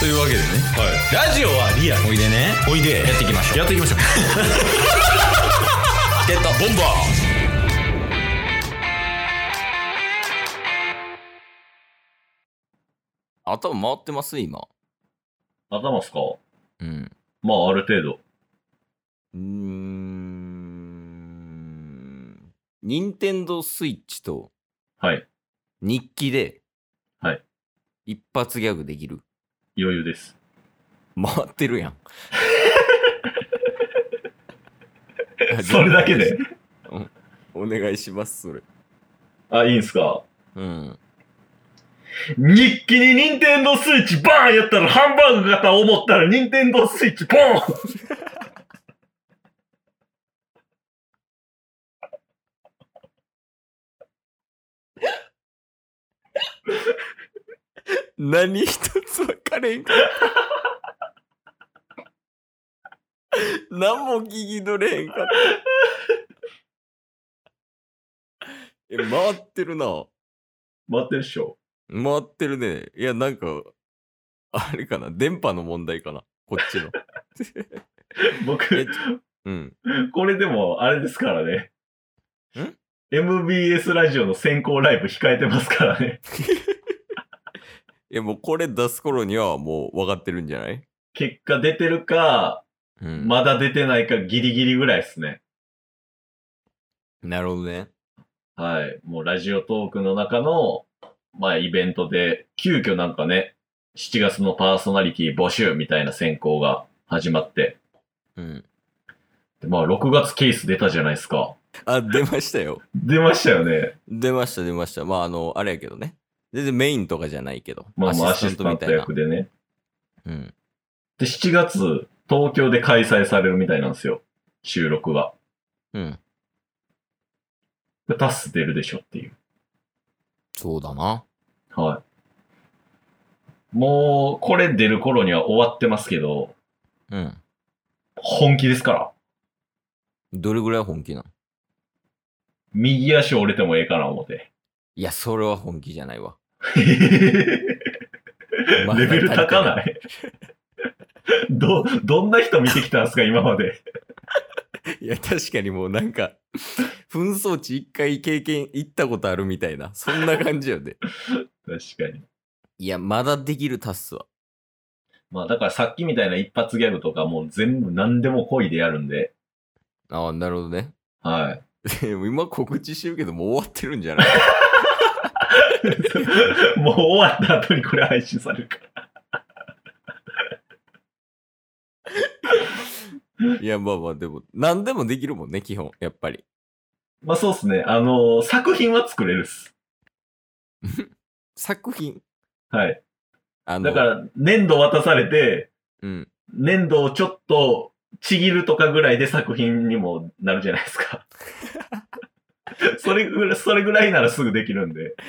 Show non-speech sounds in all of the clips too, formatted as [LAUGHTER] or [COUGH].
というわけでね、ラジオはリアおいでねおいでやっていきましょうやっていきましょう [LAUGHS] ゲットボンバー頭回ってます今頭っすかうんまあ、ある程度。うーん任天堂スイッチとはい。日記ではい一発ギャグできる余裕です。回ってるやんそれだけでお願いしますそれあ、いいんすかうん日記に任天堂スイッチバーンやったらハンバーグかと思ったら任天堂スイッチボーン何一つ分かれんかった。何も聞き取れへんかった。え、回ってるな。待ってるっしょ。回ってるね。いや、なんか、あれかな。電波の問題かな。こっち [LAUGHS] の。え僕、うん。これでも、あれですからね。ん ?MBS ラジオの先行ライブ控えてますからね。いや、もうこれ出す頃にはもう分かってるんじゃない結果出てるか、うん。まだ出てないかギリギリぐらいですね。なるほどね。はい。もうラジオトークの中の、まあイベントで、急遽なんかね、7月のパーソナリティ募集みたいな選考が始まって、うん。でまあ6月ケース出たじゃないですか。あ、出ましたよ。出ましたよね。出ました、出ました。まあ、あの、あれやけどね。全然メインとかじゃないけど。まあまあアアシシススタタンントみたトいな。役でね。うん。で、7月、東京で開催されるみたいなんですよ。収録が。うん。でタス出るでしょっていう。そうだな。はい。もう、これ出る頃には終わってますけど、うん。本気ですから。どれぐらい本気なん右足折れてもええかな思って。いや、それは本気じゃないわ。 [LAUGHS] まだレベル高ないい [LAUGHS] ど、どんな人見てきたんですか、今まで。 [LAUGHS] いや、確かにもうなんか、 [LAUGHS] 紛争地一回経験行ったことあるみたいな、そんな感じよね。確かに。 [LAUGHS] いや、まだできるタスは。まあ、だからさっきみたいな一発ギャグとかもう全部何でも恋でやるんで、ああ、なるほどね。 [LAUGHS] はい。でも今告知してるけど、もう終わってるんじゃない [LAUGHS] もう終わった後にこれ配信されるかいや、まあまあ、でも、何でもできるもんね、基本、やっぱり。ら。まあ、そうっすね。あのー作品は作れるっす。作品。はい。あの、だから、粘土渡されて、うん。粘土をちょっとちぎるとかぐらいで作品にもなるじゃないで [LAUGHS] すか。それぐらい、それぐらいならすぐできるんで。だか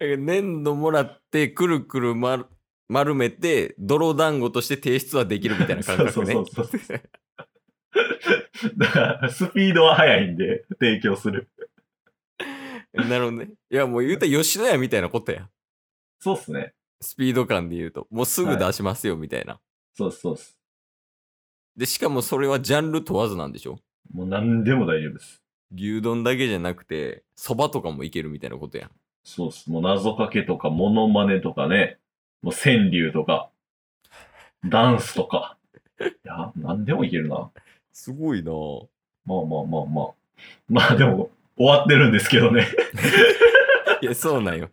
ら粘土もらって、くるくる丸丸めて、泥団子として提出はできるみたいな感覚ね。 [LAUGHS] そうそうそうそだから、スピードは速いんで、提供する。なるほどね。いや、もう言うたら吉野家みたいなことや。そうっすね。スピード感で言うと。もうすぐ出しますよ、みたいな。そうっす、そうっす。で、しかもそれはジャンル問わずなんでしょもう何でも大丈夫です。牛丼だけじゃなくて、蕎麦とかもいけるみたいなことや。そうっす。もう謎かけとか、モノマネとかね。もう川柳とか、ダンスとか。いや、何でもいけるな。すごいなぁ。まあまあまあまあ。まあでも、終わってるんですけどね。いや、そうなんよ。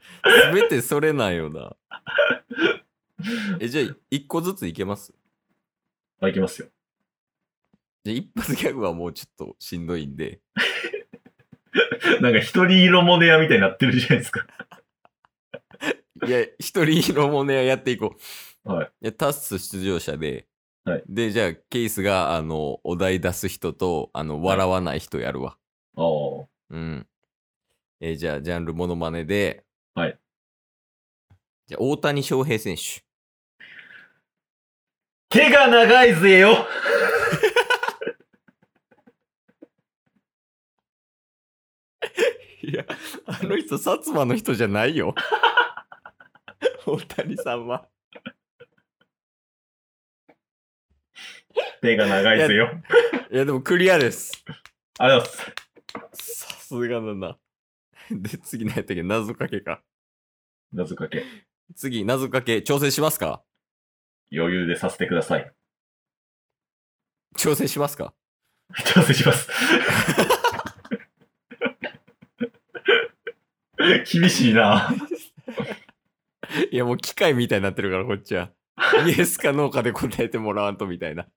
すべてそれなんよな。え、じゃあ、一個ずついけますあ、いきますよ。じゃあ一発ギャグはもうちょっとしんどいんで。なんか一人色モネ屋みたいになってるじゃないですか。いや、一人のもねやっていこう。はい。や、タッス出場者で、はいで、じゃあ、ケースが、あの、お題出す人と、あの、笑わない人やるわ。ああ。うん。えーじゃあ、ジャンルモノマネで、はい。じゃあ、大谷翔平選手。手が長いぜよいや、あの人、薩摩 [LAUGHS] の人じゃないよ。大谷さんは。手が長いですよ。いや、でもクリアです。ありがとうございます。さすがだな。で、次何やったっけ謎かけか。謎かけ。次、謎かけ、挑戦しますか余裕でさせてください。挑戦しますか調整します。厳しいな。いや、もう機械みたいになってるから、こっちは。イエスかノーかで答えてもらわんと、みたいな。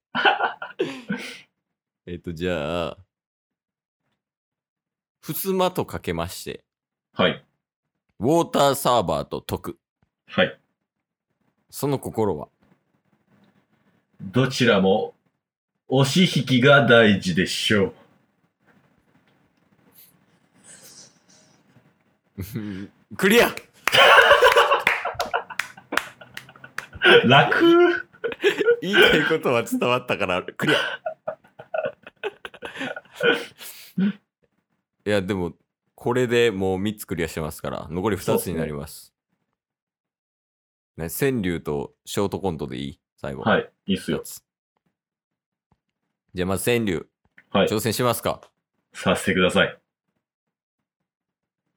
えっと、じゃあ、ふすまとかけまして、はい。ウォーターサーバーと解く。はい。その心は [LAUGHS] どちらも、押し引きが大事でしょう。うんクリア楽言いたいことは伝わったから、クリア。いや、でも、これでもう3つクリアしてますから、残り2つになります。ね、川柳とショートコントでいい最後。。はいい。いいっすよ。じゃあ、まず川柳。はい挑戦しますかさせてください。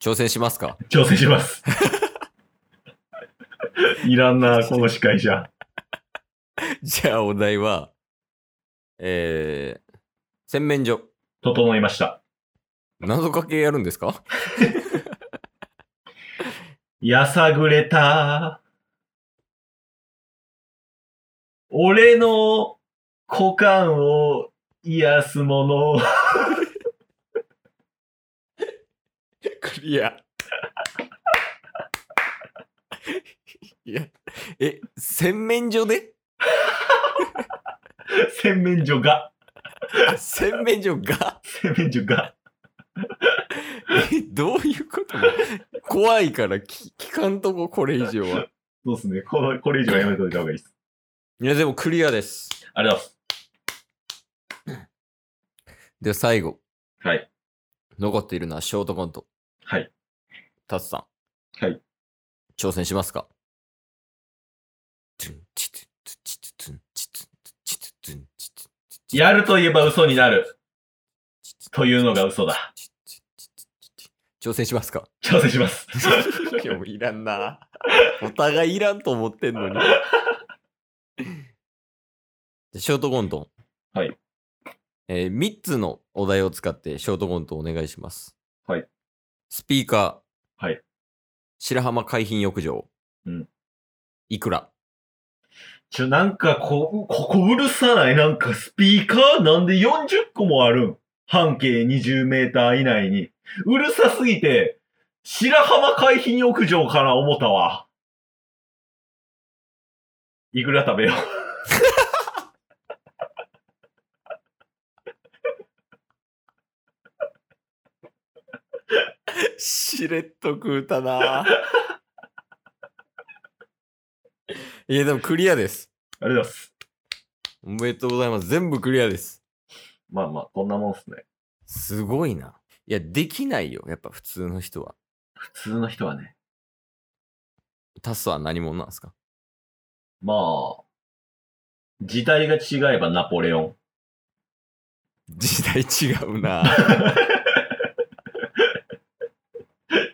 挑戦します [LAUGHS] か調整します。いらんな、この司会者。じゃあ、お題は、えー、洗面所。整いました。謎かけやるんですかやさぐれた。俺の股間を癒すもの。クリア。いや、え、洗面所で洗面所が。あ洗面所が洗面所が。えどういうこと怖いから聞聞かんとこ、これ以上は。そうですね。このこれ以上はやめといた方がいいです。いや、でもクリアです。ありがとうございで、最後、ます。はい。残っているのはショートコント。はい。タツさん。はい。挑戦しますかトゥンチトゥンチトゥンチトゥンチトゥンチトゥンチトゥンチトゥンやると言えば嘘になる。というのが嘘だ。挑戦しますか調整します。 [LAUGHS] いやもういらんな。お互いいらんと思ってんの [LAUGHS] に。ショートコント。はい。えー、3つのお題を使ってショートコントをお願いします。はい。スピーカー。はい。白浜海浜浴場。うん。いくらちょ、なんかこ、ここうるさないなんかスピーカーなんで40個もあるん半径20メーター以内に。うるさすぎて、白浜海浜浴場かな思ったわ。いくら食べよう。しれっと食うたな。 [LAUGHS] いや、でもクリアです。ありがとうございます。おめでとうございます。全部クリアです。まあまあ、こんなもんっすね。すごいな。いや、できないよ。やっぱ普通の人は。普通の人はね。タスは何者なんですかまあ、時代が違えばナポレオン。時代違う [LAUGHS] な。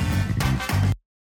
す